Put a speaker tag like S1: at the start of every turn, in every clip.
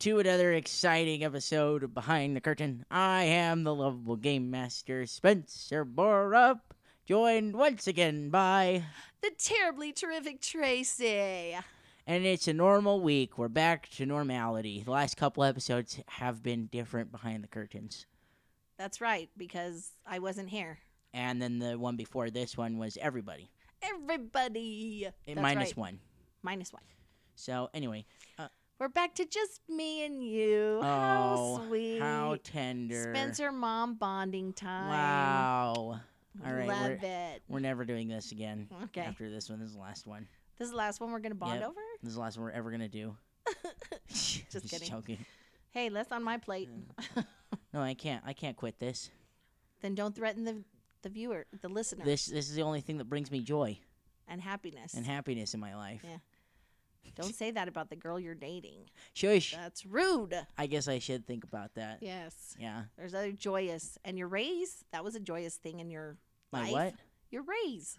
S1: to another exciting episode of Behind the Curtain. I am the lovable game master Spencer Borup, joined once again by,
S2: The terribly terrific Tracy.
S1: and it's a normal week. We're back to normality. The last couple episodes have been different behind the curtains.
S2: That's right, because I wasn't here.
S1: And then the one before this one was everybody,
S2: Everybody.
S1: eh,
S2: That's
S1: minus
S2: right,
S1: one.
S2: Minus one.
S1: So, anyway,
S2: We're back to just me and you. how
S1: Oh,
S2: sweet.
S1: how tender.
S2: Spencer mom bonding time.
S1: Wow. All right, we're,
S2: Love it.
S1: we're never doing this again.
S2: Okay.
S1: After this one, this is the last one.
S2: This is the last one we're gonna bond
S1: Yep.
S2: over.
S1: This is the last one we're ever gonna do. Just,
S2: kidding.
S1: joking.
S2: Hey, less on my plate.
S1: No, I can't. I can't quit this.
S2: Then don't threaten the the viewer, the listener,
S1: This this is the only thing that brings me joy
S2: and happiness.
S1: and happiness in my life.
S2: Yeah. don't say that about the girl you're dating.
S1: Shush.
S2: That's rude.
S1: I guess I should think about that. Yeah.
S2: Yes. There's other joyous and your raise. That was a joyous thing in your
S1: My
S2: life.
S1: what?
S2: Your raise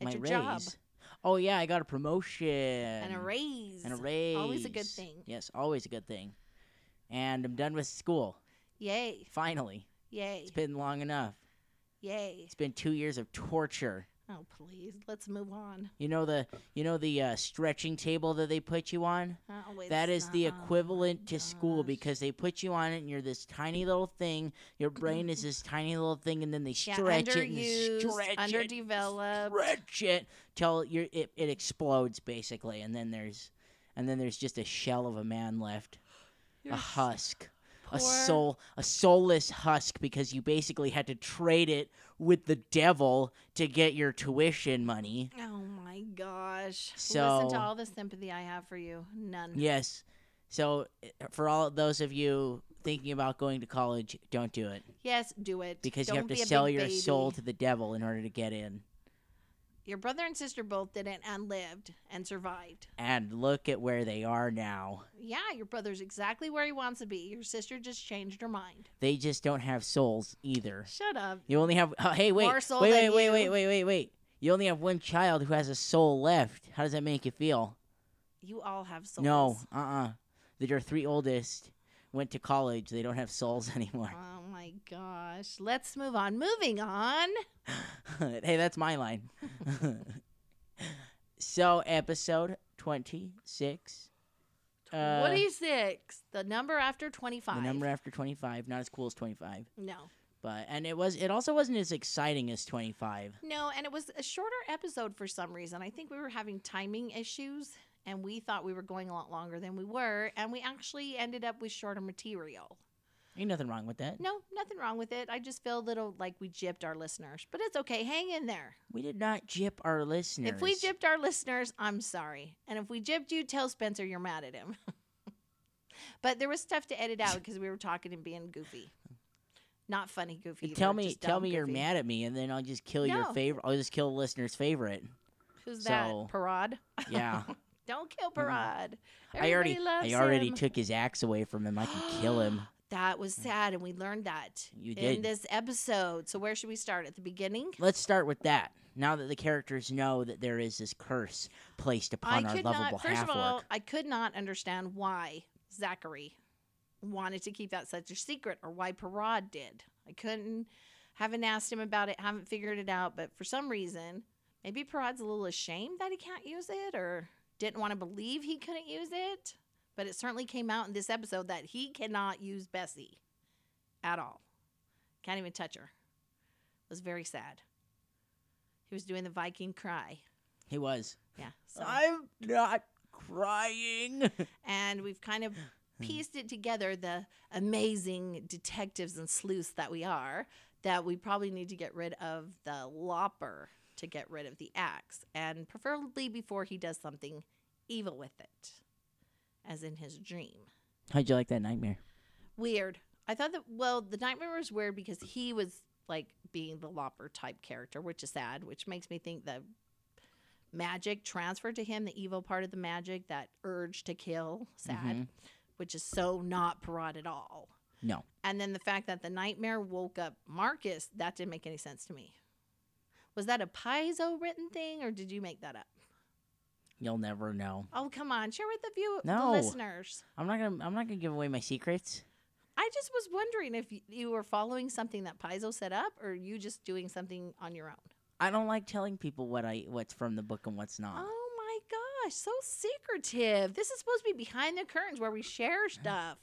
S2: at
S1: my
S2: your
S1: raise.
S2: job
S1: Oh yeah, I got a promotion. And
S2: and a raise.
S1: And a raise.
S2: Always a good thing.
S1: Yes, always a good thing. And I'm done with school.
S2: Yay!
S1: Finally.
S2: Yay!
S1: It's been long enough.
S2: Yay!
S1: It's been two years of torture.
S2: Oh please, let's move on.
S1: You know the you know the uh, stretching table that they put you on.
S2: Oh, it's
S1: That is the
S2: not-
S1: equivalent to school
S2: gosh.
S1: because they put you on it and you're this tiny little thing. Your brain is this tiny little thing, and then they
S2: yeah,
S1: stretch it and
S2: underused,
S1: they stretch it,
S2: underdeveloped.
S1: stretch it till you're, it it explodes basically, and then there's and then there's just a shell of a man left,
S2: You're
S1: a
S2: s-
S1: husk, a
S2: poor-
S1: soul, a soulless husk because you basically had to trade it with the devil to get your tuition money.
S2: Oh my gosh! Listen
S1: So-
S2: to all the sympathy I have for you. None.
S1: Yes. So, eh, for all those of you thinking about going to college, don't do it
S2: Yes, do it
S1: because
S2: Don't
S1: you have
S2: be a
S1: to sell
S2: big
S1: your
S2: baby.
S1: soul to the devil in order to get in.
S2: Your brother and sister both did it and lived and survived.
S1: And look at where they are now.
S2: Yeah, your brother's exactly where he wants to be. Your sister just changed her mind.
S1: They just don't have souls either.
S2: Shut up.
S1: You only have oh, hey wait
S2: More soul
S1: wait wait
S2: than
S1: wait
S2: you.
S1: wait wait wait wait. You only have one child who has a soul left. How does that make you feel?
S2: You all have souls.
S1: No, uh uh That your three oldest went to college. They don't have souls anymore.
S2: Oh my gosh. Let's move on. Moving on.
S1: hey, that's my line. so, episode 26. Uh,
S2: 26. The number after 25.
S1: The number after 25. Not as cool as 25.
S2: no.
S1: But, and it was, it also wasn't as exciting as 25.
S2: No, and it was a shorter episode for some reason. I think we were having timing issues and we thought we were going a lot longer than we were and we actually ended up with shorter material.
S1: Ain't nothing wrong with that.
S2: No, nothing wrong with it. I just feel a little like we gypped our listeners, but it's okay. Hang in there.
S1: We did not jip our listeners.
S2: If we gypped our listeners, I'm sorry. And if we gypped you, tell Spencer you're mad at him. but there was stuff to edit out because we were talking and being goofy. Not funny goofy.
S1: tell
S2: either,
S1: me,
S2: just
S1: tell
S2: dumb
S1: me you're
S2: goofy.
S1: mad at me, and then I'll just kill your
S2: No.
S1: favorite. I'll just kill the listener's favorite.
S2: Who's that?
S1: so-
S2: Parad?
S1: Yeah,
S2: Don't kill Parad.
S1: I already,
S2: Everybody loves
S1: I already
S2: him.
S1: took his axe away from him. I can kill him.
S2: That was sad, and we learned that
S1: You
S2: in
S1: did.
S2: this episode. So where should we start? At the beginning?
S1: Let's start with that. Now that the characters know that there is this curse placed upon
S2: I
S1: our
S2: could
S1: lovable
S2: not. First
S1: half
S2: of all,
S1: orc.
S2: I could not understand why Zachary wanted to keep that such a secret, or why Parad did. I couldn't. Haven't asked him about it. Haven't figured it out. But for some reason, maybe Parad's a little ashamed that he can't use it, or didn't want to believe he couldn't use it. But it certainly came out in this episode that he cannot use Bessie at all. Can't even touch her. It was very sad. He was doing the Viking cry.
S1: He was.
S2: Yeah. So.
S1: I'm not crying.
S2: and we've kind of pieced it together the amazing detectives and sleuths that we are that we probably need to get rid of the lopper to get rid of the axe and preferably before he does something evil with it as in his dream
S1: How'd you like that nightmare?
S2: weird i thought that well the nightmare was weird because he was like being the Lopper type character, which is sad, which makes me think the magic transferred to him, the evil part of the magic, that urge to kill, sad,
S1: Mhm.
S2: which is so not Parrot at all.
S1: No.
S2: And then the fact that the nightmare woke up Marcus, that didn't make any sense to me. Was that a Paizo written thing or did you make that up?
S1: You'll never know.
S2: Oh, come on. Share with the view
S1: No.
S2: the listeners.
S1: I'm not gonna. I'm not gonna give away my secrets.
S2: I just was wondering if y- you were following something that Paizo set up or you just doing something on your own.
S1: I don't like telling people what I what's from the book and what's not.
S2: Oh my gosh, so secretive. This is supposed to be behind the curtains where we share stuff.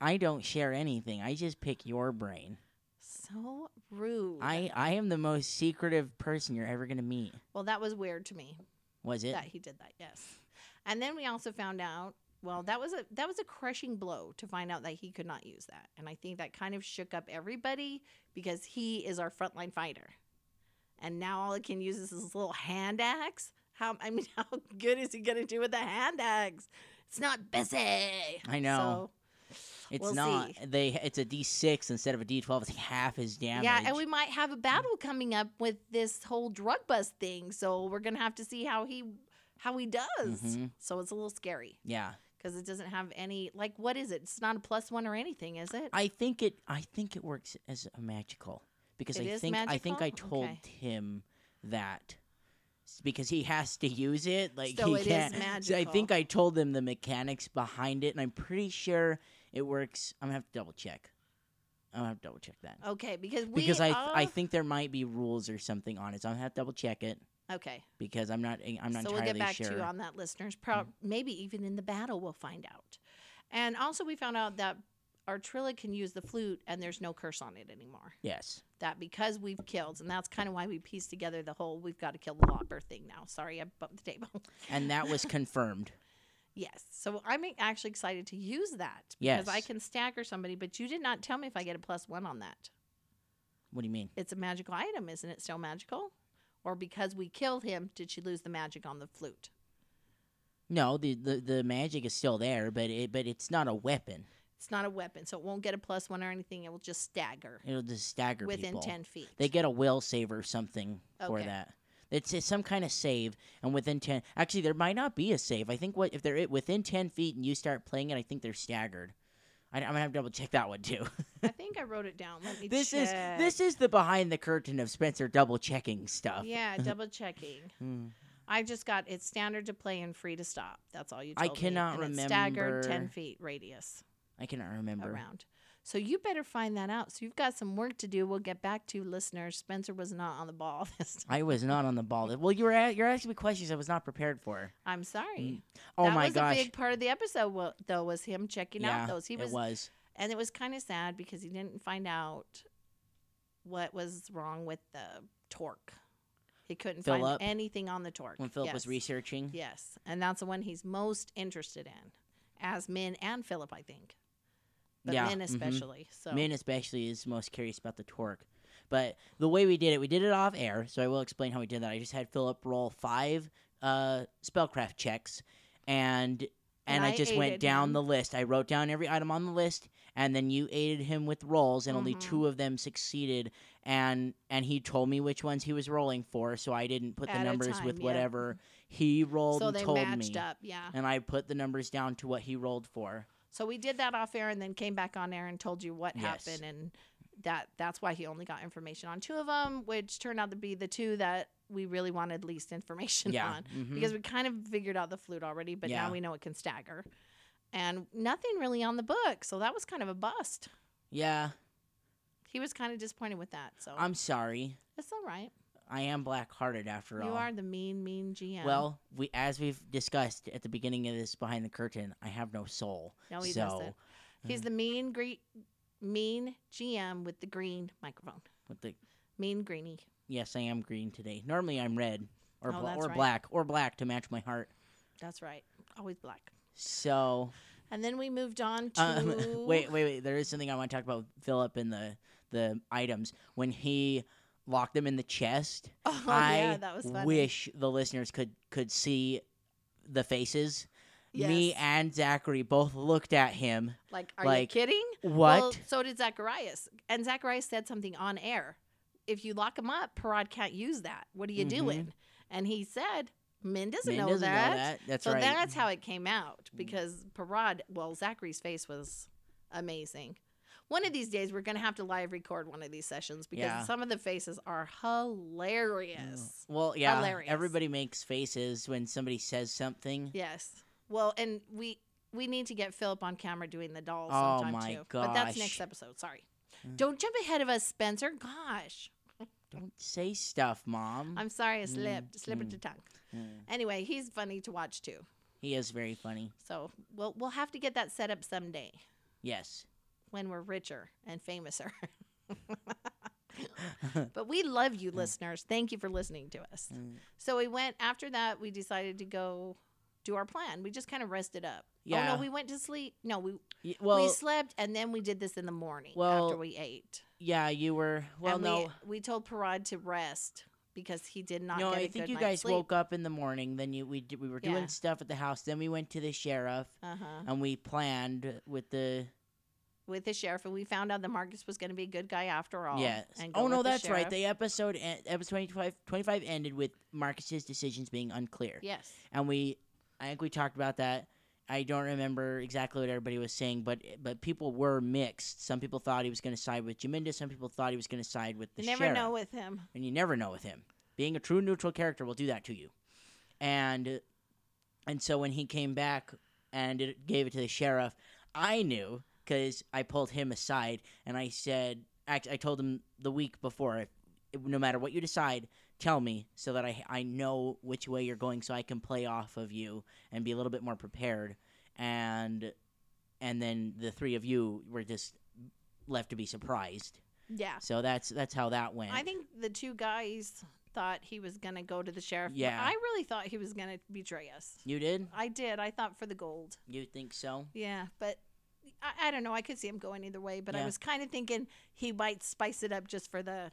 S1: I don't share anything. I just pick your brain.
S2: So rude.
S1: I I am the most secretive person you're ever gonna meet.
S2: well, that was weird to me.
S1: Was it?
S2: that he did that. Yes, and then we also found out. Well, that was a that was a crushing blow to find out that he could not use that, and I think that kind of shook up everybody because he is our frontline fighter, and now all he can use is his little hand axe. How I mean, how good is he gonna do with the hand axe? It's not busy.
S1: I know. It's
S2: we'll
S1: not.
S2: see.
S1: They. It's a D6 instead of a D12. It's half his
S2: So,
S1: damage.
S2: yeah, and we might have a battle coming up with this whole drug bust thing, so we're gonna have to see how he how he does.
S1: Mhm.
S2: So it's a little scary.
S1: Yeah.
S2: because it doesn't have any like what is it it's not a plus one or anything is it
S1: I think it. I think it works as a magical because
S2: It
S1: I
S2: is
S1: think I think I
S2: magical?
S1: told
S2: Okay.
S1: him that s- because he has to use it. Like
S2: So
S1: he
S2: it is
S1: can't. So I think
S2: magical.
S1: I told him the mechanics behind it, and I'm pretty sure it works. I'm gonna have to double check. I'm gonna have to double check that
S2: okay because Uh, we
S1: because I
S2: all-
S1: I think there might be rules or something on it. So I'm gonna have to double check it
S2: okay
S1: because I'm not eh, I'm not
S2: so we'll
S1: entirely
S2: get back
S1: sure. Mm.
S2: to you on that listeners Pro- maybe even in the battle we'll find out and also we found out that our trilla can use the flute and there's no curse on it anymore
S1: yes.
S2: that because we've killed and that's kind of why we pieced together the whole we've got to kill the lopper thing now sorry i bumped the table
S1: and that was confirmed.
S2: yes so i'm actually excited to use that because i
S1: Yes.
S2: can stagger somebody but you did not tell me if i get a plus one on that
S1: What do you mean?
S2: it's a magical item, isn't it still magical? Or because we killed him, did she lose the magic on the flute?
S1: No, the, the the magic is still there, but it but it's not a weapon.
S2: It's not a weapon, so it won't get a plus one or anything. It will just stagger
S1: It'll just stagger
S2: within
S1: people.
S2: 10 feet.
S1: They get a will save or something for
S2: Okay.
S1: that. It's, it's some kind of save, and within ten. Actually, there might not be a save. I think what if they're it- within ten feet and you start playing it, I think they're staggered. I, I'm gonna have to double check that one too.
S2: I think I wrote it down. Let me
S1: this
S2: check.
S1: is this is the behind the curtain of Spencer double checking stuff.
S2: Yeah, double checking.
S1: Hmm.
S2: I just got it's standard to play and free to stop. That's all you
S1: I
S2: told me,
S1: cannot
S2: and it's staggered 10
S1: remember-
S2: feet radius
S1: I cannot remember.
S2: around. So you better find that out. So you've got some work to do. We'll get back to listeners. Spencer was not on the ball this time.
S1: I was not on the ball. Well, you were a- you're asking me questions I was not prepared for.
S2: I'm sorry.
S1: Oh
S2: that
S1: my
S2: was
S1: gosh!
S2: a big part of the episode wa- though was him checking
S1: yeah,
S2: out those he was,
S1: it was.
S2: and it was kind of sad because he didn't find out what was wrong with the torque he couldn't
S1: Fill
S2: find
S1: up?
S2: anything on the torque
S1: when Philip was
S2: Yes.
S1: researching.
S2: yes and that's the one he's most interested in as men and philip i think but
S1: Yeah,
S2: men
S1: mhm.
S2: especially so
S1: Min especially is most curious about the torque. But the way we did it, we did it off air, so I will explain how we did that. I just had Philip roll five uh, spellcraft checks, and and
S2: And
S1: I,
S2: I
S1: just went
S2: aided
S1: down
S2: him.
S1: the list. I wrote down every item on the list, and then you aided him with rolls, and only
S2: Mhm.
S1: two of them succeeded. And and he told me which ones he was rolling for, so I didn't put
S2: At
S1: the
S2: a
S1: numbers
S2: time,
S1: with
S2: yeah.
S1: whatever he rolled
S2: so
S1: and
S2: they
S1: told
S2: matched
S1: me,
S2: up yeah
S1: and I put the numbers down to what he rolled for.
S2: so we did that off air and then came back on air and told you what
S1: Yes.
S2: happened and that that's why he only got information on two of them which turned out to be the two that we really wanted least information
S1: yeah,
S2: on
S1: mhm.
S2: because we kind of figured out the flute already, but
S1: Yeah.
S2: now we know it can stagger. And nothing really on the book, so that was kind of a bust.
S1: yeah.
S2: He was kind of disappointed with that, so
S1: I'm sorry.
S2: it's all right.
S1: I am black-hearted after all.
S2: You are the mean, mean GM.
S1: Well, we as we've discussed at the beginning of this behind the curtain, I have no soul.
S2: no, he
S1: so
S2: doesn't. He's the mean, gre- mean GM with the green microphone.
S1: With the
S2: Mean greenie.
S1: yes, I am green today. Normally I'm red or
S2: Oh,
S1: bla-
S2: that's
S1: or
S2: right.
S1: black or black to match my heart.
S2: That's right. Always black.
S1: So
S2: And then we moved on to
S1: um, wait, wait, wait. There is something I want to talk about. with Philip and the the items when he locked them in the chest.
S2: Oh
S1: I
S2: yeah, that was funny.
S1: wish the listeners could could see the faces. Me
S2: Yes.
S1: and Zachary both looked at him.
S2: like, are
S1: like,
S2: you kidding?
S1: What?
S2: Well, so did Zacharias, and Zacharias said something on air if you lock him up, Parad can't use that. What are you
S1: Mhm.
S2: doing? And he said, Min doesn't,
S1: Man
S2: know,
S1: doesn't
S2: that.
S1: know that. That's
S2: so
S1: right.
S2: that's how it came out
S1: Mm.
S2: because Parad, well, Zachary's face was amazing. One of these days, we're going to have to live record one of these sessions because
S1: Yeah.
S2: some of the faces are hilarious.
S1: Mm. Well, yeah.
S2: Hilarious.
S1: Everybody makes faces when somebody says something.
S2: Yes. Well, and we we need to get Philip on camera doing the dolls
S1: Oh
S2: sometime
S1: my
S2: too. But that's
S1: gosh.
S2: next episode. Sorry.
S1: Mm.
S2: Don't jump ahead of us, Spencer. Gosh.
S1: Don't say stuff, mom.
S2: I'm sorry I
S1: Mm,
S2: slipped. Slipped
S1: mm.
S2: the tongue.
S1: Mm.
S2: Anyway, he's funny to watch too.
S1: He is very funny.
S2: So we'll we'll have to get that set up someday
S1: Yes.
S2: when we're richer and famouser. but we love you listeners. Thank you for listening to us.
S1: Mm.
S2: So we went after that we decided to go do our plan. We just kind of rested up. Oh
S1: Yeah.
S2: no, we went to sleep. No, we
S1: Y- Well,
S2: we slept and then we did this in the morning
S1: Well,
S2: after we ate.
S1: yeah, you were. Well,
S2: and
S1: no.
S2: we, we told Parad to rest because he did not.
S1: no,
S2: get
S1: I
S2: a
S1: think
S2: good
S1: you
S2: night's
S1: guys
S2: sleep.
S1: woke up in the morning. Then you we d- we were doing
S2: Yeah.
S1: stuff at the house. Then we went to the sheriff
S2: uh-huh.
S1: and we planned with the
S2: with the sheriff, and we found out that Marcus was going to be a good guy after all.
S1: yes.
S2: And go
S1: Oh no,
S2: with the
S1: that's right.
S2: sheriff.
S1: The episode en- episode 25, 25 ended with Marcus's decisions being unclear.
S2: yes.
S1: and we I think we talked about that. I don't remember exactly what everybody was saying, but but people were mixed. Some people thought he was going to side with Jaminda. Some people thought he was going to side with the
S2: You never
S1: sheriff.
S2: know with him.
S1: and you never know with him. Being a true neutral character will do that to you. And and so when he came back and it, gave it to the sheriff, I knew because I pulled him aside and I said, act- I told him the week before, if, no matter what you decide, tell me so that I I know which way you're going, so I can play off of you and be a little bit more prepared. And and then the three of you were just left to be surprised.
S2: Yeah.
S1: So that's that's how that went.
S2: I think the two guys thought he was going to go to the sheriff. but
S1: Yeah.
S2: I really thought he was going to betray us.
S1: You did?
S2: I did. I thought for the gold.
S1: You think so?
S2: Yeah, but I, I don't know. I could see him going either way, but I
S1: Yeah.
S2: was kind of thinking he might spice it up just for the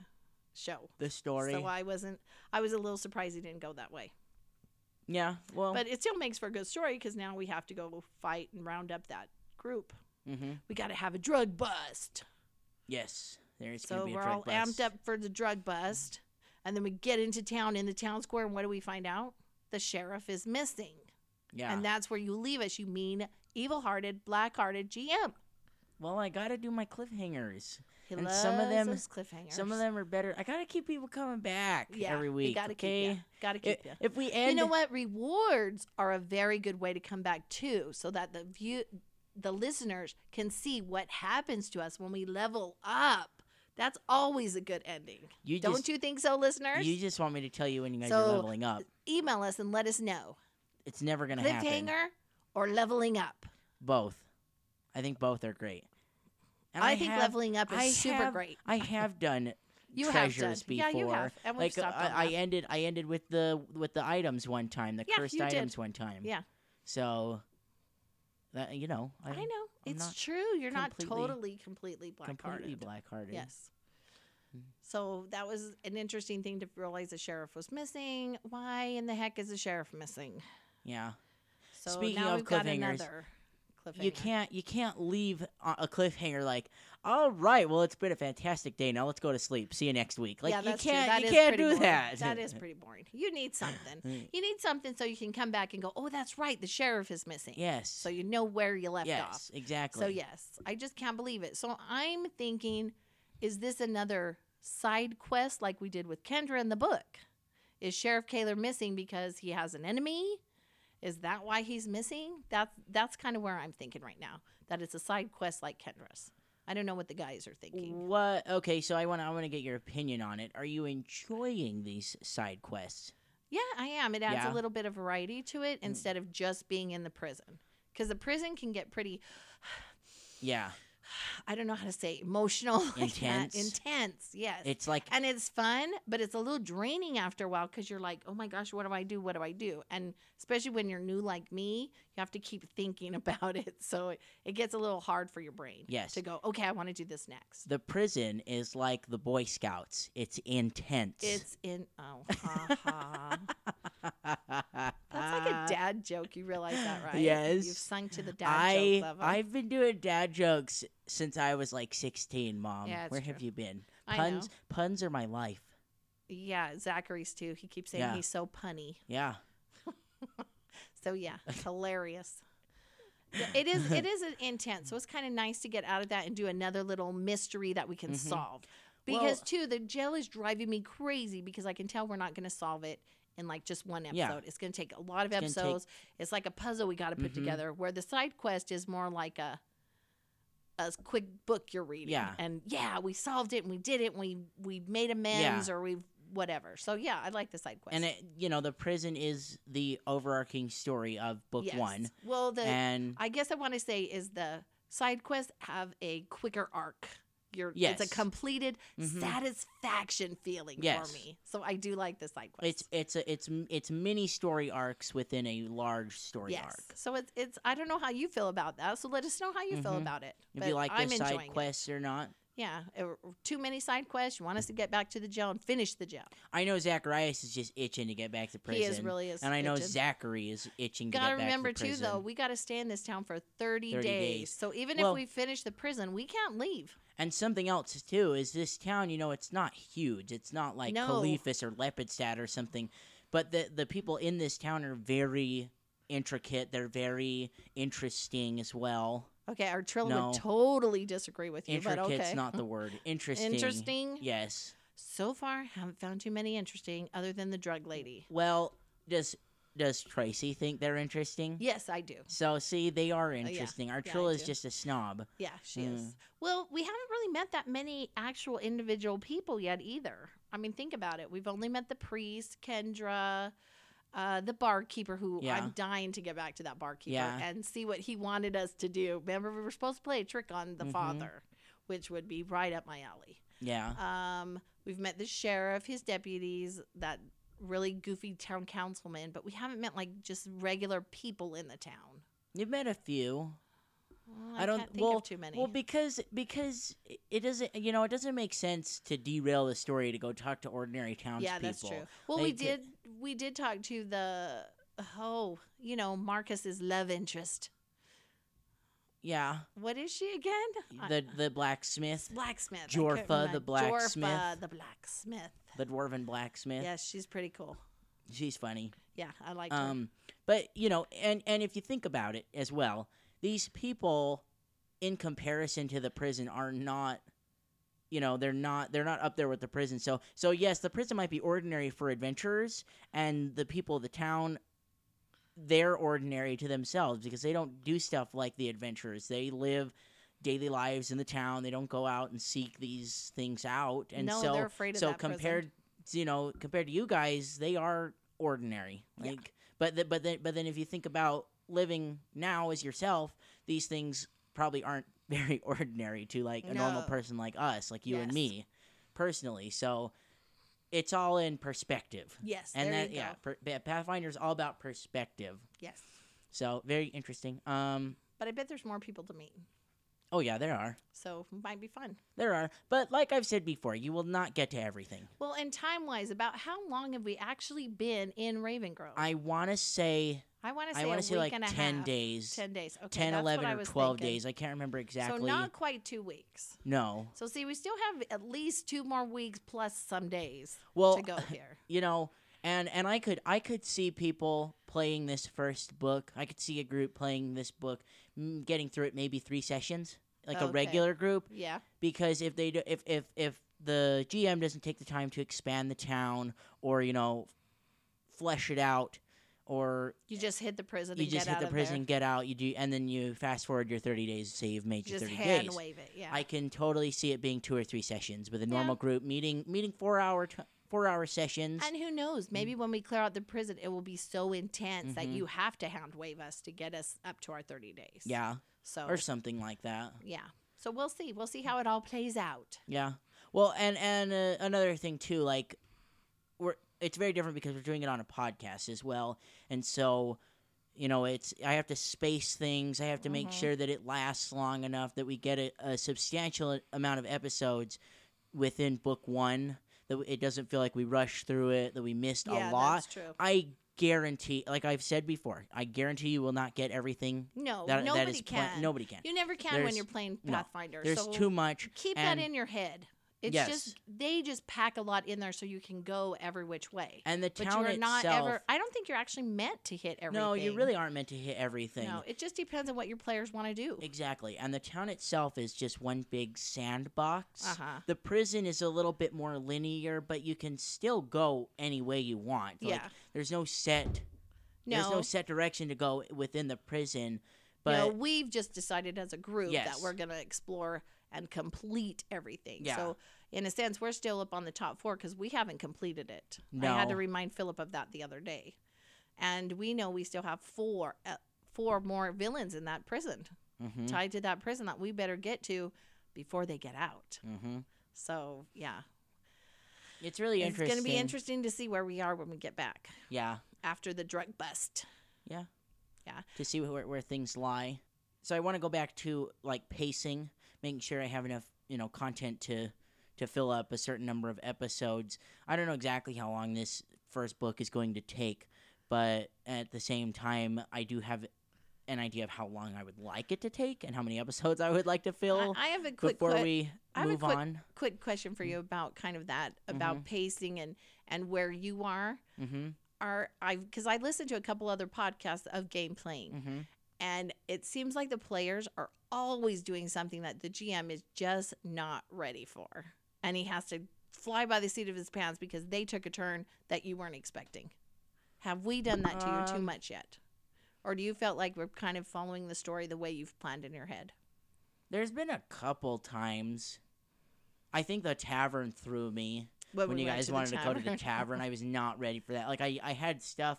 S2: show.
S1: The story?
S2: So I wasn't. I was a little surprised he didn't go that way.
S1: yeah. Well,
S2: But it still makes for a good story because now we have to go fight and round up that group.
S1: hmm
S2: We got to have a drug bust.
S1: yes, there is
S2: so
S1: going to be a
S2: we're
S1: drug
S2: all
S1: bust.
S2: amped up for the drug bust, and then we get into town in the town square, and what do we find out? The sheriff is missing,
S1: Yeah.
S2: and that's where you leave us. You mean evil-hearted, black-hearted GM.
S1: well, I got to do my cliffhangers.
S2: He
S1: And
S2: loves
S1: some of them-
S2: those cliffhangers.
S1: Some of them are better. I got to keep people coming back
S2: yeah,
S1: every
S2: you
S1: week.
S2: gotta
S1: okay.
S2: Keep, yeah, gotta
S1: I-
S2: keep ya.
S1: If we end,
S2: you know what? Rewards are a very good way to come back too, so that the view, the listeners can see what happens to us when we level up. That's always a good ending.
S1: you
S2: Don't
S1: just,
S2: you think so, listeners?
S1: You just want me to tell you when you guys are
S2: So-
S1: leveling up.
S2: Email us and let us know.
S1: It's never going to happen.
S2: cliffhanger or leveling up.
S1: Both. I think both are great. And
S2: I, think
S1: have-
S2: leveling up is
S1: I
S2: super
S1: have-
S2: great.
S1: I have done
S2: You
S1: treasures
S2: have done. Yeah, you
S1: before.
S2: have. And we've
S1: like uh,
S2: stopped on
S1: I, I
S2: that.
S1: ended I ended with the with the items one time, the
S2: Yeah,
S1: cursed
S2: you did.
S1: items one time.
S2: Yeah.
S1: So that you know, I,
S2: I know
S1: I'm
S2: it's
S1: not
S2: true. You're not
S1: completely-
S2: totally completely black
S1: completely
S2: hearted.
S1: black hearted.
S2: Yes.
S1: Mm.
S2: So that was an interesting thing to realize the sheriff was missing. Why in the heck is the sheriff missing?
S1: Yeah.
S2: So
S1: Speaking
S2: now
S1: of
S2: we've got
S1: cliffhangers,
S2: another cliffhanger.
S1: You can't you can't leave a a cliffhanger like, all right, well it's been a fantastic day. Now let's go to sleep. See you next week. Like
S2: yeah,
S1: you
S2: that's true.
S1: can't
S2: That
S1: you
S2: is
S1: can't
S2: pretty
S1: do
S2: boring.
S1: that.
S2: That is pretty boring. You need something.
S1: Mm.
S2: You need something so you can come back and go, oh, that's right, the sheriff is missing.
S1: Yes.
S2: So you know where you left
S1: yes,
S2: off.
S1: exactly.
S2: So yes, I just can't believe it. So I'm thinking, is this another side quest like we did with Kendra in the book? Is Sheriff Kaler missing because he has an enemy? Is that why he's missing? That's that's kind of where I'm thinking right now. That it's a side quest like Kendra's. I don't know what the guys are thinking.
S1: What okay, so I wanna I wanna get your opinion on it. Are you enjoying these side quests?
S2: Yeah, I am. It adds
S1: Yeah. Mm.
S2: a little bit of variety to it instead of just being in the prison. Because the prison can get pretty,
S1: Yeah.
S2: I don't know how to say, emotional, like that.
S1: Intense.
S2: intense. Yes.
S1: It's like
S2: and it's fun, but it's a little draining after a while because you're like, oh my gosh, what do I do? What do I do? And especially when you're new like me, you have to keep thinking about it. So it, it gets a little hard for your brain.
S1: Yes.
S2: To go, okay, I want to do this next.
S1: The prison is like the Boy Scouts. It's intense.
S2: It's in, oh, ha ha. That's like a dad joke. You realize that, right?
S1: Yes.
S2: You've sunk to the dad
S1: I
S2: joke level.
S1: I've been doing dad jokes since I was like 16, mom.
S2: Yeah, it's
S1: Where have
S2: true.
S1: you been?
S2: I know.
S1: puns puns are my life.
S2: Yeah, Zachary's too. He keeps saying
S1: Yeah.
S2: he's so punny.
S1: Yeah.
S2: So yeah, it's hilarious. Yeah, It is it is an intense. So it's kind of nice to get out of that and do another little mystery that we can
S1: Mhm.
S2: solve.
S1: Well-
S2: Because too, the jail is driving me crazy because I can tell we're not going to solve it in like just one episode.
S1: Yeah.
S2: It's going to take a lot of
S1: It's gonna take-
S2: episodes. it's like a puzzle we got to put
S1: Mhm.
S2: together. Where the side quest is more like a a quick book you're reading.
S1: Yeah.
S2: And yeah, we solved it and we did it and we we made amends or we whatever. So yeah, I like the side quest.
S1: And it, you know, the prison is the overarching story of book
S2: Yes.
S1: 1
S2: Well, the
S1: and
S2: I guess I want to say is the side quests have a quicker arc. You're,
S1: Yes.
S2: It's a completed
S1: Mhm.
S2: satisfaction feeling
S1: Yes.
S2: for me. So I do like the side quests.
S1: it's it's a, it's m- it's mini story arcs within a large story
S2: yes.
S1: arc.
S2: So it's, it's, I don't know how you feel about that. So let us know how you feel
S1: Mhm.
S2: about it.
S1: If
S2: But
S1: you like
S2: I'm
S1: the
S2: enjoying
S1: side quests or not,
S2: It. Yeah. Er, Too many side quests. You want us to get back to the jail and finish the jail.
S1: I know Zacharias is just itching to get back to prison.
S2: He is really is.
S1: and I know
S2: itching.
S1: Zachary is itching to
S2: Gotta
S1: get back
S2: remember
S1: to prison.
S2: too, though, we gotta stay in this town for 30,
S1: 30
S2: days.
S1: days.
S2: So even
S1: Well-
S2: if we finish the prison, we can't leave.
S1: And something else too is this town. You know, it's not huge. It's not like
S2: No.
S1: Caliphus or Lepidstadt or something. But the the people in this town are very intricate. They're very interesting as well.
S2: Okay, our Trilla
S1: No.
S2: would totally disagree with you, but
S1: Intricate's
S2: okay.
S1: not the word. Interesting.
S2: Interesting.
S1: Yes.
S2: So far, haven't found too many interesting other than the drug lady.
S1: Well, does does Tracy think they're interesting?
S2: Yes, I do.
S1: So see, they are
S2: Oh, yeah.
S1: interesting.
S2: I
S1: Artrilla is
S2: do.
S1: just a snob.
S2: Yeah, she
S1: Mm.
S2: is. Well, we haven't really met that many actual individual people yet either. I mean, think about it. We've only met the priest, Kendra, uh, the barkeeper, who
S1: Yeah.
S2: I'm dying to get back to that barkeeper
S1: Yeah.
S2: and see what he wanted us to do. Remember, we were supposed to play a trick on the
S1: Mhm.
S2: father, which would be right up my alley.
S1: Yeah.
S2: Um, we've met the sheriff, his deputies, that really goofy town councilman, but we haven't met like just regular people in the town.
S1: You've met a few.
S2: Well,
S1: I don't-
S2: can't think
S1: well-
S2: of too many.
S1: Well, because because i- it doesn't you know it doesn't make sense to derail the story to go talk to ordinary townspeople.
S2: yeah, that's true. Well, we
S1: Like, uh,
S2: did we did talk to the oh, you know, Marcus's love interest.
S1: Yeah,
S2: What is she again? I-
S1: the the blacksmith,
S2: blacksmith. I
S1: Jorfa
S2: couldn't remember.
S1: the blacksmith.
S2: Jorfa the blacksmith.
S1: the dwarven blacksmith.
S2: Yes, she's pretty cool.
S1: she's funny.
S2: Yeah, I like her.
S1: Um, but you know, and and if you think about it as well, these people, in comparison to the prison, are not. You know they're not they're not up there with the prison. So so yes, the prison might be ordinary for adventurers, and the people of the town, they're ordinary to themselves because they don't do stuff like the adventurers. They live daily lives in the town. They don't go out and seek these things out. And
S2: no,
S1: so
S2: they're afraid of
S1: so
S2: that prison.
S1: compared to, you know compared to you guys they are ordinary
S2: Yeah.
S1: like but the, but then but then if you think about living now as yourself these things probably aren't very ordinary to like a normal
S2: No.
S1: person like us like you and
S2: Yes.
S1: me personally so it's all in perspective
S2: Yes,
S1: and
S2: there
S1: that
S2: you
S1: yeah
S2: go.
S1: per, pa- pathfinder's all about perspective
S2: Yes.
S1: so very interesting um
S2: But I bet there's more people to meet.
S1: oh yeah there are
S2: So might be fun.
S1: there are but like i've said before you will not get to everything
S2: Well, and time wise, about how long have we actually been in Ravengrove?
S1: i want to say
S2: I want to say
S1: I want
S2: a
S1: to say
S2: week
S1: like
S2: and a
S1: 10
S2: half.
S1: days, 10,
S2: 10 days. Okay, that's what
S1: 11,
S2: I
S1: or
S2: was
S1: 12
S2: thinking.
S1: days. I can't remember exactly.
S2: So not quite two weeks.
S1: no.
S2: So see, we still have at least two more weeks plus some days
S1: Well,
S2: to go here.
S1: you know, and and I could I could see people playing this first book. I could see a group playing this book, mm, getting through it maybe 3 sessions, like a
S2: Okay.
S1: regular group
S2: Yeah.
S1: because if they do, if if if the GM doesn't take the time to expand the town or, you know, flesh it out or
S2: You just hit the prison.
S1: you
S2: and
S1: just
S2: get
S1: hit
S2: out
S1: the
S2: of
S1: prison,
S2: There.
S1: get out, you do and then you fast forward your 30 days, say you've made your
S2: Just
S1: 30
S2: hand
S1: days.
S2: wave it. Yeah.
S1: I can totally see it being two or three sessions with a
S2: Yeah.
S1: normal group meeting meeting four hour t- four hour sessions.
S2: and who knows? Maybe
S1: Mm-hmm.
S2: when we clear out the prison, it will be so intense that
S1: Mhm.
S2: you have to hand wave us to get us up to our thirty days.
S1: yeah,
S2: So
S1: or something like that.
S2: yeah. So we'll see. We'll see how it all plays out.
S1: Yeah. Well, and and uh, another thing too, like we're it's very different because we're doing it on a podcast as well, and so you know it's I have to space things. I have to make
S2: Mhm.
S1: sure that it lasts long enough that we get a, a substantial amount of episodes within book one. That it doesn't feel like we rushed through it. That we missed a
S2: yeah,
S1: lot.
S2: that's true.
S1: I guarantee, like I've said before, I guarantee you will not get everything
S2: No,
S1: that
S2: Oh, nobody
S1: that is
S2: can.
S1: planned. Nobody can.
S2: You never can when
S1: There's-
S2: you're playing
S1: no,
S2: Pathfinder.
S1: There's
S2: so
S1: too much.
S2: keep
S1: and-
S2: that in your head. It's
S1: Yes.
S2: just they just pack a lot in there so you can go every which way.
S1: And the
S2: But
S1: town
S2: you're
S1: itself.
S2: not ever I don't think you're actually meant to hit everything.
S1: no, you really aren't meant to hit everything.
S2: No, it just depends on what your players want to do.
S1: Exactly. And the town itself is just one big sandbox.
S2: Uh-huh.
S1: The prison is a little bit more linear, but you can still go any way you want. Like,
S2: Yeah.
S1: There's no set there's
S2: No.
S1: no set direction to go within the prison.
S2: no,
S1: But
S2: we've just decided as a group
S1: Yes.
S2: that we're going to explore and complete everything.
S1: Yeah.
S2: So, in a sense, we're still up on the top four because we haven't completed it. I had to
S1: No.
S2: remind Philip of that the other day. And we know we still have four, uh, four more villains in that prison
S1: Mhm,
S2: tied to that prison that we better get to before they get out.
S1: mhm.
S2: So, yeah.
S1: It's really
S2: It's
S1: interesting.
S2: going to be interesting to see where we are when we get back
S1: Yeah.
S2: after the drug bust.
S1: to see where, where things lie. So I want to go back to like pacing, making sure I have enough, you know, content to to fill up a certain number of episodes. I don't know exactly how long this first book is going to take, but at the same time, I do have an idea of how long I would like it to take and how many episodes I would like to
S2: I,
S1: fill
S2: I have a quick,
S1: before
S2: que-
S1: we
S2: I have a
S1: move
S2: quick-
S1: on.
S2: quick question
S1: Mm-hmm.
S2: for you about kind of that about pacing and and where you are
S1: Mm-hmm.
S2: are i because i listened to a couple other podcasts of game playing
S1: Mm-hmm.
S2: and it seems like the players are always doing something that the gm is just not ready for and he has to fly by the seat of his pants because they took a turn that you weren't expecting have we done that to you too
S1: Um,
S2: much yet or do you felt like we're kind of following the story the way you've planned in your head
S1: There's been a couple times. I think the tavern threw me. when
S2: we
S1: you
S2: went
S1: guys
S2: the
S1: wanted to go to the
S2: tavern?
S1: tavern. I was not ready for that. Like I, I had stuff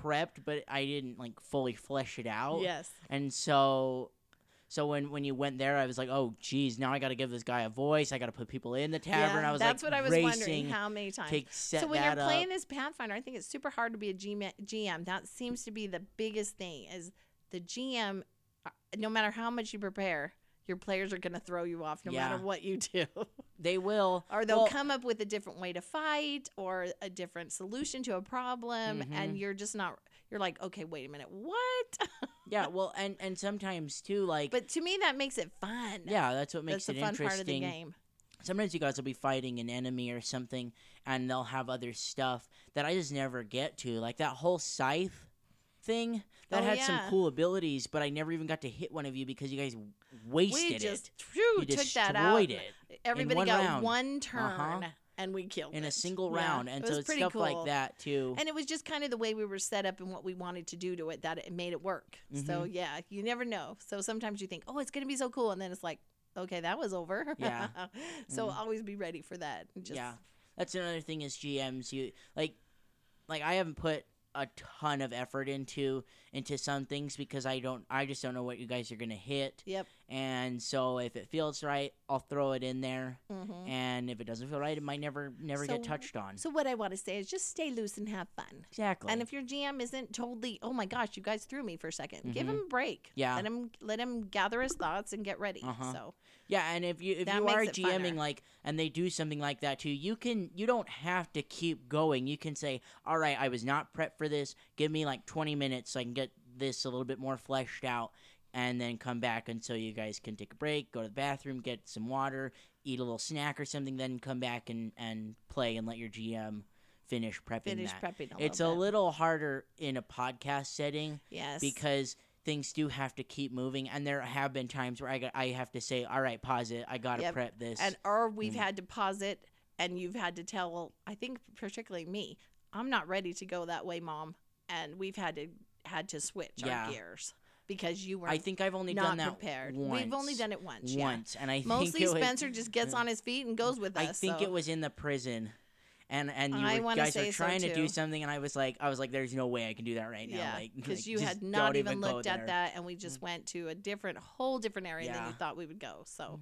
S1: prepped, but I didn't like fully flesh it out.
S2: yes
S1: And so, so when when you went there, I was like, oh geez, now I got to give this guy a voice. I got to put people in the tavern.
S2: Yeah,
S1: I was
S2: that's
S1: like,
S2: what I was
S1: racing,
S2: wondering how many times.
S1: take set
S2: so when
S1: that
S2: you're
S1: up.
S2: playing as Pathfinder, I think it's super hard to be a GM. GM. That seems to be the biggest thing is the GM. uh, No matter how much you prepare, your players are going to throw you off no matter
S1: Yeah.
S2: what you do,
S1: they will
S2: or they'll
S1: well,
S2: come up with a different way to fight or a different solution to a problem,
S1: Mm-hmm.
S2: and you're just not. You're like, okay, wait a minute, what?
S1: Yeah, well, and and sometimes too, like,
S2: but to me, that makes it fun.
S1: yeah, that's what
S2: that's
S1: makes
S2: the
S1: it
S2: fun
S1: interesting.
S2: part of the game.
S1: sometimes you guys will be fighting an enemy or something and they'll have other stuff that I just never get to. Like that whole scythe thing that
S2: Oh,
S1: had some
S2: yeah.
S1: cool abilities, but I never even got to hit one of you because you guys wasted
S2: we just
S1: it.
S2: phew,
S1: You
S2: took
S1: destroyed
S2: that out.
S1: it
S2: Everybody
S1: one
S2: got
S1: round.
S2: one turn
S1: Uh-huh.
S2: and we killed
S1: in
S2: it.
S1: a single
S2: Yeah,
S1: round. And
S2: it
S1: so
S2: was
S1: it's
S2: pretty
S1: stuff like
S2: cool.
S1: that too.
S2: And it was just kind of the way we were set up and what we wanted to do to it that it made it work. So
S1: Mm-hmm.
S2: yeah, you never know. So sometimes you think, "Oh, it's going to be so cool," and then it's like, "Okay, that was over."
S1: Yeah. Mm-hmm.
S2: so always be ready for that. and Just,
S1: yeah. That's another thing is GMs you like like I haven't put a ton of effort into into some things because I don't I just don't know what you guys are gonna hit.
S2: Yep.
S1: And so if it feels right, I'll throw it in there.
S2: hmm
S1: and if it doesn't feel right, it might never never get
S2: So-
S1: touched on.
S2: So what I want to say is just stay loose and have fun.
S1: exactly.
S2: And if your GM isn't totally, oh my gosh, you guys threw me for a 2nd give him a break.
S1: Mm-hmm. Yeah.
S2: Let him let him gather his thoughts and get ready.
S1: Uh-huh.
S2: So
S1: yeah, and if you if
S2: That
S1: you are
S2: makes it
S1: GMing
S2: funner.
S1: like and they do something like that too, you can you don't have to keep going. You can say, "All right, I was not prepped for this. Give me like 20 minutes so I can get this a little bit more fleshed out." And then come back until you guys can take a break, go to the bathroom, get some water, eat a little snack or something, then come back and, and play and let your GM finish prepping
S2: finish
S1: that.
S2: prepping. A
S1: it's
S2: little
S1: a
S2: bit.
S1: little harder in a podcast setting
S2: yes
S1: because things do have to keep moving and there have been times where i got, i have to say all right pause it i gotta
S2: Yep.
S1: prep this
S2: and or we've
S1: Mm.
S2: had to pause it and you've had to tell i think particularly me i'm not ready to go that way mom and we've had to had to switch
S1: Yeah.
S2: our gears because you were
S1: i think i've only
S2: not
S1: done that
S2: prepared
S1: once
S2: we've only done it once, yeah.
S1: once and i
S2: mostly
S1: think it
S2: spencer
S1: was,
S2: just gets on his feet and goes with us
S1: i think
S2: so-
S1: it was in the prison and and you
S2: I
S1: were,
S2: wanna
S1: guys were
S2: say so,
S1: trying to do
S2: too.
S1: something and i was like i was like there's no way i can do that right now
S2: yeah
S1: like
S2: because
S1: like,
S2: you
S1: just
S2: had not
S1: don't
S2: even,
S1: go
S2: looked at
S1: there. Mm.
S2: that and we just went to a different whole different area than you
S1: Yeah. Mm.
S2: thought we would go so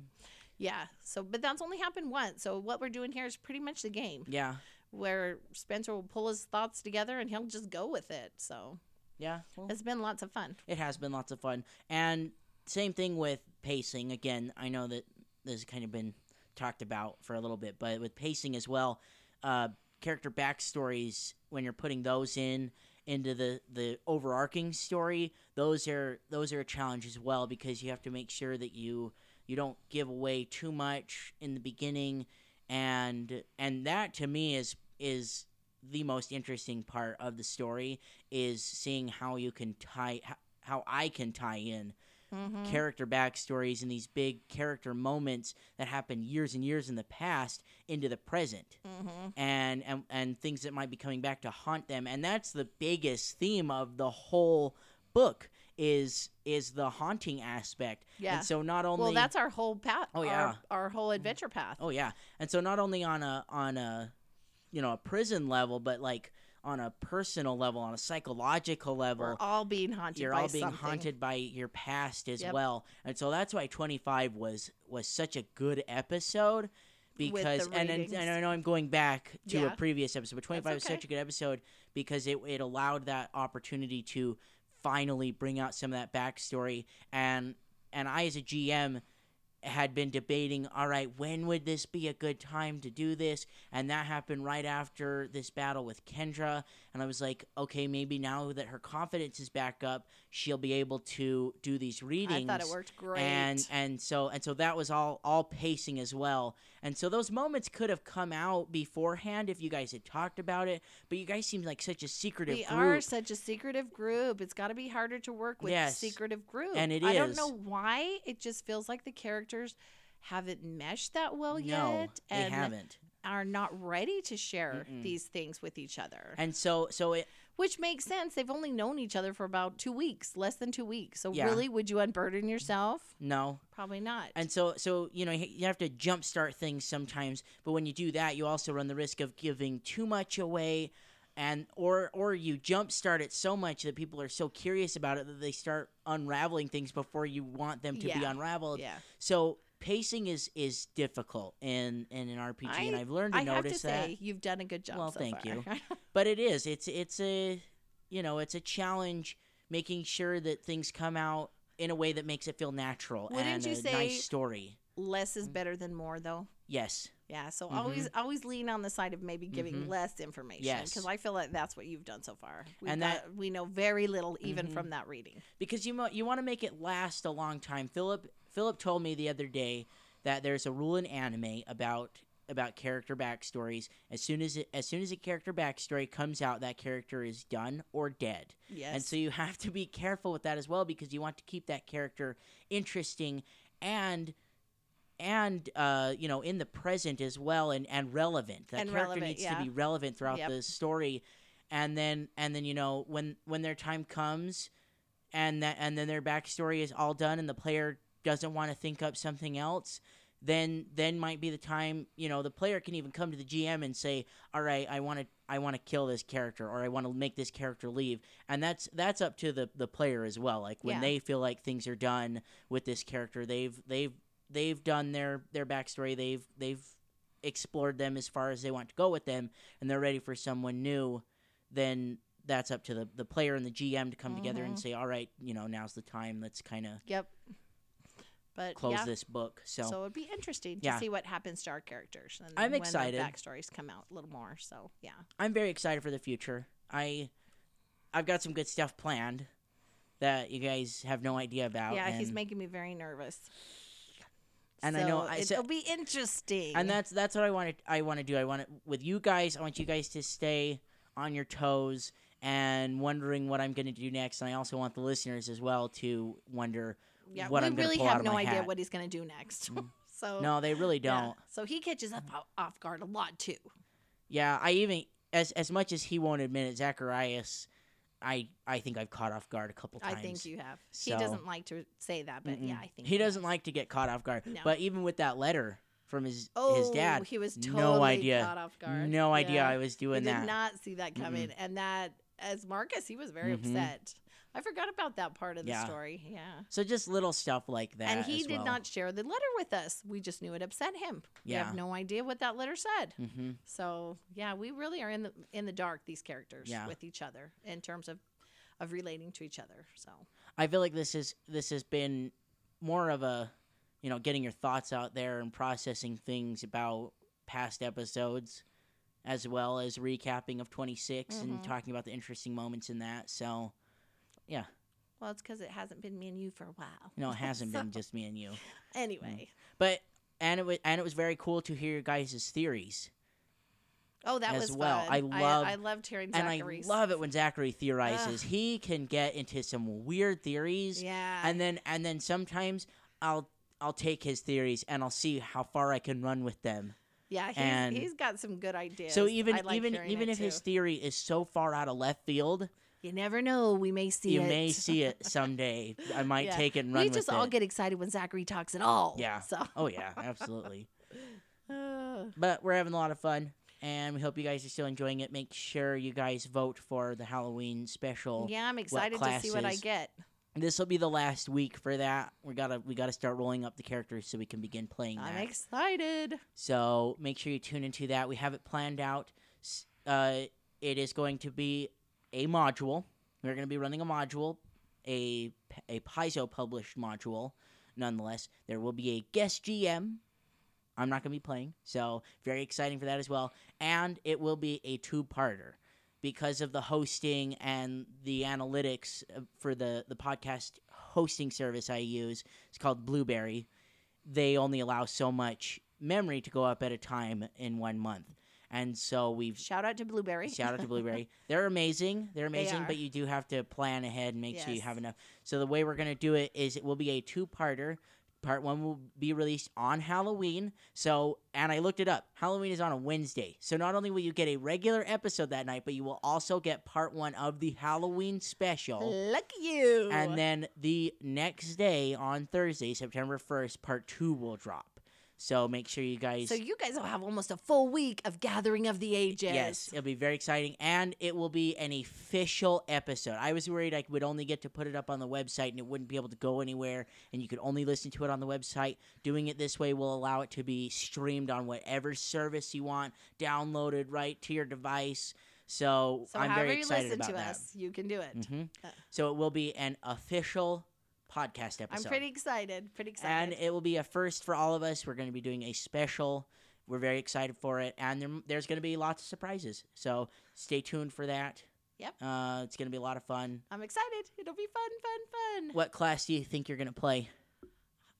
S2: yeah so but that's only happened once so what we're doing here is pretty much the game
S1: yeah
S2: where spencer will pull his thoughts together and he'll just go with it so
S1: yeah well,
S2: It's been lots of fun.
S1: it has been lots of fun. And same thing with pacing. Again, I know that this has kind of been talked about for a little bit, but with pacing as well, uh, character backstories when you're putting those in into the the overarching story, those are those are a challenge as well because you have to make sure that you you don't give away too much in the beginning and and that to me is is the most interesting part of the story is seeing how you can tie h- how I can tie in
S2: Mhm.
S1: character backstories and these big character moments that happened years and years in the past into the present
S2: Mhm.
S1: and, and and things that might be coming back to haunt them and that's the biggest theme of the whole book is is the haunting aspect
S2: Yeah.
S1: and so not only
S2: well, that's our whole path.
S1: Oh,
S2: our-
S1: yeah.
S2: Our, whole adventure path.
S1: oh yeah and so not only on a on a you know a prison level but like on a personal level on a psychological level
S2: We're all being haunted.
S1: you're
S2: by
S1: all being
S2: something.
S1: haunted by your past as
S2: Yep.
S1: well and so that's why 25 was was such a good episode
S2: With the
S1: because and, and
S2: ratings.
S1: and i know i'm going back to
S2: Yeah.
S1: a previous episode but 25 was
S2: okay.
S1: such a good episode because it, it allowed that opportunity to finally bring out some of that backstory and and i as a gm had been debating all right when would this be a good time to do this and that happened right after this battle with kendra and i was like okay maybe now that her confidence is back up she'll be able to do these
S2: I
S1: readings
S2: thought it worked great.
S1: and and so and so that was all all pacing as well and so those moments could have come out beforehand if you guys had talked about it but you guys seem like such a secretive
S2: we
S1: group
S2: are such a secretive group. It's got to be harder to work with
S1: Yes.
S2: secretive group.
S1: And it
S2: I don't
S1: is.
S2: know why. It just feels like the characters haven't meshed that well
S1: no
S2: yet,
S1: they
S2: and
S1: haven't
S2: are not ready to share
S1: Mm-mm.
S2: these things with each other.
S1: and so so it
S2: Which makes sense. They've only known each other for about two weeks, less than two weeks. So
S1: Yeah.
S2: really, would you unburden yourself?
S1: no
S2: Probably not.
S1: And so, so you know, you you have to jumpstart things sometimes. But when you do that, you also run the risk of giving too much away, and or or you jumpstart it so much that people are so curious about it that they start unraveling things before you want them to be
S2: Yeah.
S1: unraveled.
S2: yeah,
S1: So pacing is is difficult in in an RPG, and
S2: I-
S1: I've learned to
S2: I have to
S1: notice that.
S2: say you've done a good job.
S1: Well,
S2: so
S1: thank
S2: far.
S1: you. But it is. It's it's a you know it's a challenge making sure that things come out in a way that makes it feel natural
S2: Wouldn't
S1: and
S2: you
S1: a
S2: say-
S1: nice story.
S2: less
S1: Mm.
S2: is better than more, though.
S1: Yes.
S2: Yeah, so
S1: Mm-hmm.
S2: always always lean on the side of maybe giving
S1: Mhm.
S2: less information
S1: Yes.
S2: because I feel like that's what you've done so far. We've
S1: And
S2: got- we know very little even
S1: Mhm.
S2: from that reading.
S1: because you mo- you want to make it last a long time. Philip Philip told me the other day that there's a rule in anime about about character backstories. As soon as it, as soon as a character backstory comes out, that character is done or dead.
S2: Yes.
S1: And so you have to be careful with that as well because you want to keep that character interesting and and uh, you know in the present as well and and relevant. That
S2: And
S1: character
S2: relevant,
S1: needs
S2: yeah.
S1: to be relevant throughout
S2: Yep.
S1: the story. And then and then you know when when their time comes and that and then their backstory is all done and the player doesn't want to think up something else then then might be the time you know the player can even come to the gm and say all right i want to i want to kill this character or i want to make this character leave and that's that's up to the the player as well like when
S2: Yeah.
S1: they feel like things are done with this character they've they've they've done their their backstory they've they've explored them as far as they want to go with them and they're ready for someone new then that's up to the, the player and the GM to come together and
S2: Mhm.
S1: say, all right, you know, now's the time. Let's kind of
S2: yep. But
S1: close
S2: yeah,
S1: this book. So,
S2: so it'd be interesting to
S1: Yeah.
S2: see what happens to our characters and
S1: I'm
S2: when
S1: excited.
S2: their backstories come out a little more. So yeah,
S1: I'm very excited for the future. I, I've got some good stuff planned that you guys have no idea about.
S2: yeah, he's
S1: and-
S2: making me very nervous.
S1: And I know-
S2: So
S1: I- so-
S2: it'll be interesting.
S1: and that's that's what I want to I want to do. I want to with you guys. I want you guys to stay on your toes and wondering what I'm going to do next. And I also want the listeners as well to wonder.
S2: yeah,
S1: what
S2: we
S1: I'm gonna
S2: really
S1: pull
S2: have
S1: out of
S2: no
S1: my
S2: idea
S1: hat.
S2: what he's going to do next.
S1: Mm.
S2: so
S1: No, they really
S2: Oh, yeah.
S1: don't.
S2: So he catches up o- off guard a lot too.
S1: Yeah, I even as as much as he won't admit it, Zacharias, I I think I've caught off guard a couple
S2: I
S1: times.
S2: think you have.
S1: So-
S2: he doesn't like to say that, but yeah,
S1: Mm-mm.
S2: I think
S1: he
S2: you have.
S1: doesn't like to get caught off guard.
S2: No.
S1: But even with that letter from his
S2: Oh,
S1: his dad,
S2: He was
S1: no
S2: totally
S1: idea.
S2: caught off guard.
S1: no idea
S2: Yeah.
S1: I was
S2: We
S1: doing
S2: did
S1: that.
S2: not see that coming, and that as Marcus, he was very
S1: Mhm.
S2: upset. I forgot about that part of the
S1: Yeah.
S2: story. Yeah.
S1: so just little stuff like that.
S2: and he
S1: as
S2: did
S1: well.
S2: not share the letter with us. We just knew it upset him. We
S1: Yeah.
S2: have no idea what that letter said.
S1: hmm
S2: So yeah, we really are in the in the dark. These characters
S1: Yeah.
S2: with each other in terms of of relating to each other. So
S1: I feel like this is this has been more of a you know getting your thoughts out there and processing things about past episodes as well as recapping of 26 and
S2: Mhm.
S1: talking about the interesting moments in that so yeah
S2: well, it's because it hasn't been me and you for a while.
S1: no it hasn't
S2: So,
S1: been just me and you
S2: Anyway,
S1: but and it was and it was very cool to hear your guys' theories.
S2: Oh, that
S1: as
S2: was
S1: well.
S2: fun.
S1: I love-
S2: I, loved hearing
S1: And I
S2: Zachary's.
S1: love it when Zachary theorizes. He can get into some weird theories.
S2: Yeah.
S1: And then and then sometimes I'll I'll take his theories and I'll see how far I can run with them.
S2: yeah, he's,
S1: and-
S2: he's got some good ideas.
S1: So even
S2: I like
S1: even
S2: hearing
S1: even
S2: it,
S1: if his
S2: too.
S1: theory is so far out of left field,
S2: you never know, we may see
S1: you
S2: it.
S1: may see it someday. I might
S2: Yeah.
S1: take it and run
S2: we
S1: with
S2: just
S1: it.
S2: all get excited when Zachary talks at all.
S1: Yeah.
S2: So.
S1: oh yeah, absolutely.
S2: Uh,
S1: But we're having a lot of fun, and we hope you guys are still enjoying it. Make sure you guys vote for the Halloween special.
S2: yeah, I'm excited to see what I
S1: classes?
S2: get.
S1: This will be the last week for that. We gotta we gotta start rolling up the characters so we can begin playing
S2: I'm
S1: that.
S2: excited.
S1: so make sure you tune into that. We have it planned out. S- Uh, it is going to be a module. We're going to be running a module, a p- a Paizo published module. Nonetheless, there will be a guest GM. I'm not going to be playing, so very exciting for that as well. And it will be a two-parter because of the hosting and the analytics uh, for the the podcast hosting service I use. It's called Blueberry. They only allow so much memory to go up at a time in one month, and so we've
S2: Shout out to Blueberry.
S1: Shout out to Blueberry. They're amazing. They're amazing,
S2: are.
S1: but you do have to plan ahead and make sure you
S2: Yes.
S1: have enough. So the way we're going to do it is it will be a two-parter. Part 1 will be released on Halloween. So, and I looked it up. Halloween is on a Wednesday. So not only will you get a regular episode that night, but you will also get part 1 of the Halloween special.
S2: Lucky you.
S1: And then the next day on Thursday, September 1st, part 2 will drop. So make sure you guys
S2: so you guys will have almost a full week of Gathering of the Ages.
S1: Yes, it'll be very exciting, and it will be an official episode. I was worried I would only get to put it up on the website, and it wouldn't be able to go anywhere, and you could only listen to it on the website. Doing it this way will allow it to be streamed on whatever service you want, downloaded right to your device. So,
S2: So
S1: I'm
S2: however
S1: very
S2: you
S1: excited
S2: listen
S1: about
S2: to
S1: that.
S2: us, you can do it.
S1: hmm
S2: Uh.
S1: So it will be an official podcast episode.
S2: I'm pretty excited. Pretty
S1: And
S2: excited.
S1: it will be a first for all of us. We're going to be doing a special. We're very excited for it, and there, there's going to be lots of surprises. So stay tuned for that.
S2: Yep.
S1: Uh, it's going to be a lot of fun.
S2: I'm excited. It'll be fun, fun, fun.
S1: What class do you think you're going to play?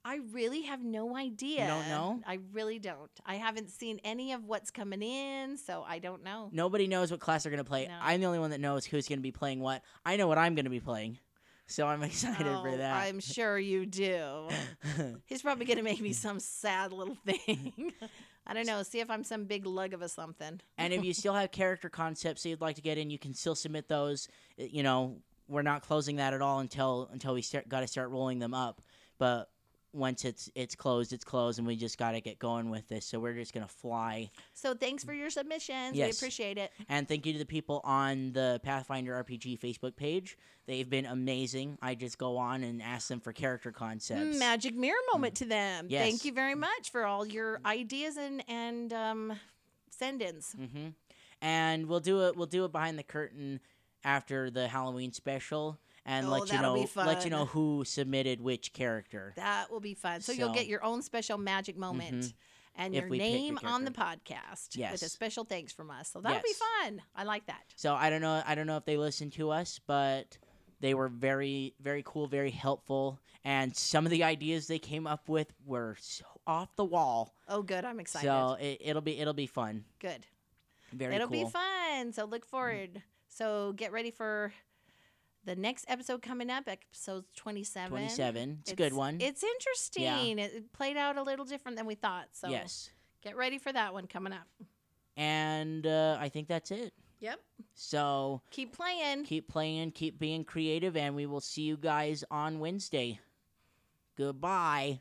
S2: I really have no idea.
S1: know?
S2: I really don't. I haven't seen any of what's coming in, so I don't know.
S1: Nobody knows what class they're going to play.
S2: No.
S1: I'm the only one that knows who's going to be playing what. I know what I'm going to be playing, so I'm excited for
S2: Oh,
S1: that.
S2: I'm sure you do. He's probably going to make me some sad little thing. I don't know. See if I'm some big lug of a something.
S1: and if you still have character concepts that you'd like to get in, you can still submit those. Uh, You know, we're not closing that at all until until we start got to start rolling them up. But once it's it's closed, it's closed, and we just got to get going with this. So we're just gonna fly.
S2: So thanks for your submissions. We
S1: Yes.
S2: appreciate it. Mm,
S1: And thank you to the people on the Pathfinder RPG Facebook page. They've been amazing. I just go on and ask them for character concepts.
S2: Magic mirror moment to them.
S1: Yes.
S2: Thank you very much for all your ideas and and um, send-ins.
S1: hmm And we'll do it. We'll do it behind the curtain after the Halloween special, and
S2: Oh,
S1: let you
S2: that'll be
S1: know let you know
S2: fun.
S1: who submitted which character.
S2: That will be fun. So, you'll
S1: So- Mm-hmm.
S2: get your own special magic moment and
S1: If
S2: your
S1: we pick your
S2: name on the podcast with a
S1: Yes.
S2: special thanks from us. So that'll
S1: Yes.
S2: be fun. I like that.
S1: So I don't know. I don't know if they listened to us, but they were very, very cool, very helpful, and some of the ideas they came up with were so off the wall.
S2: Oh, good. I'm excited.
S1: So it, it'll be it'll be fun.
S2: good.
S1: Very
S2: It'll
S1: cool. Mm-hmm.
S2: be fun. So look forward. So get ready for the next episode coming up, episode 27.
S1: Twenty seven. It's, a good one.
S2: It's interesting. It- It played out a little different than we thought. So
S1: Yes.
S2: get ready for that one coming up.
S1: And uh, I think that's it.
S2: Yep.
S1: So
S2: Keep playing.
S1: keep playing, keep being creative, and we will see you guys on Wednesday. Goodbye.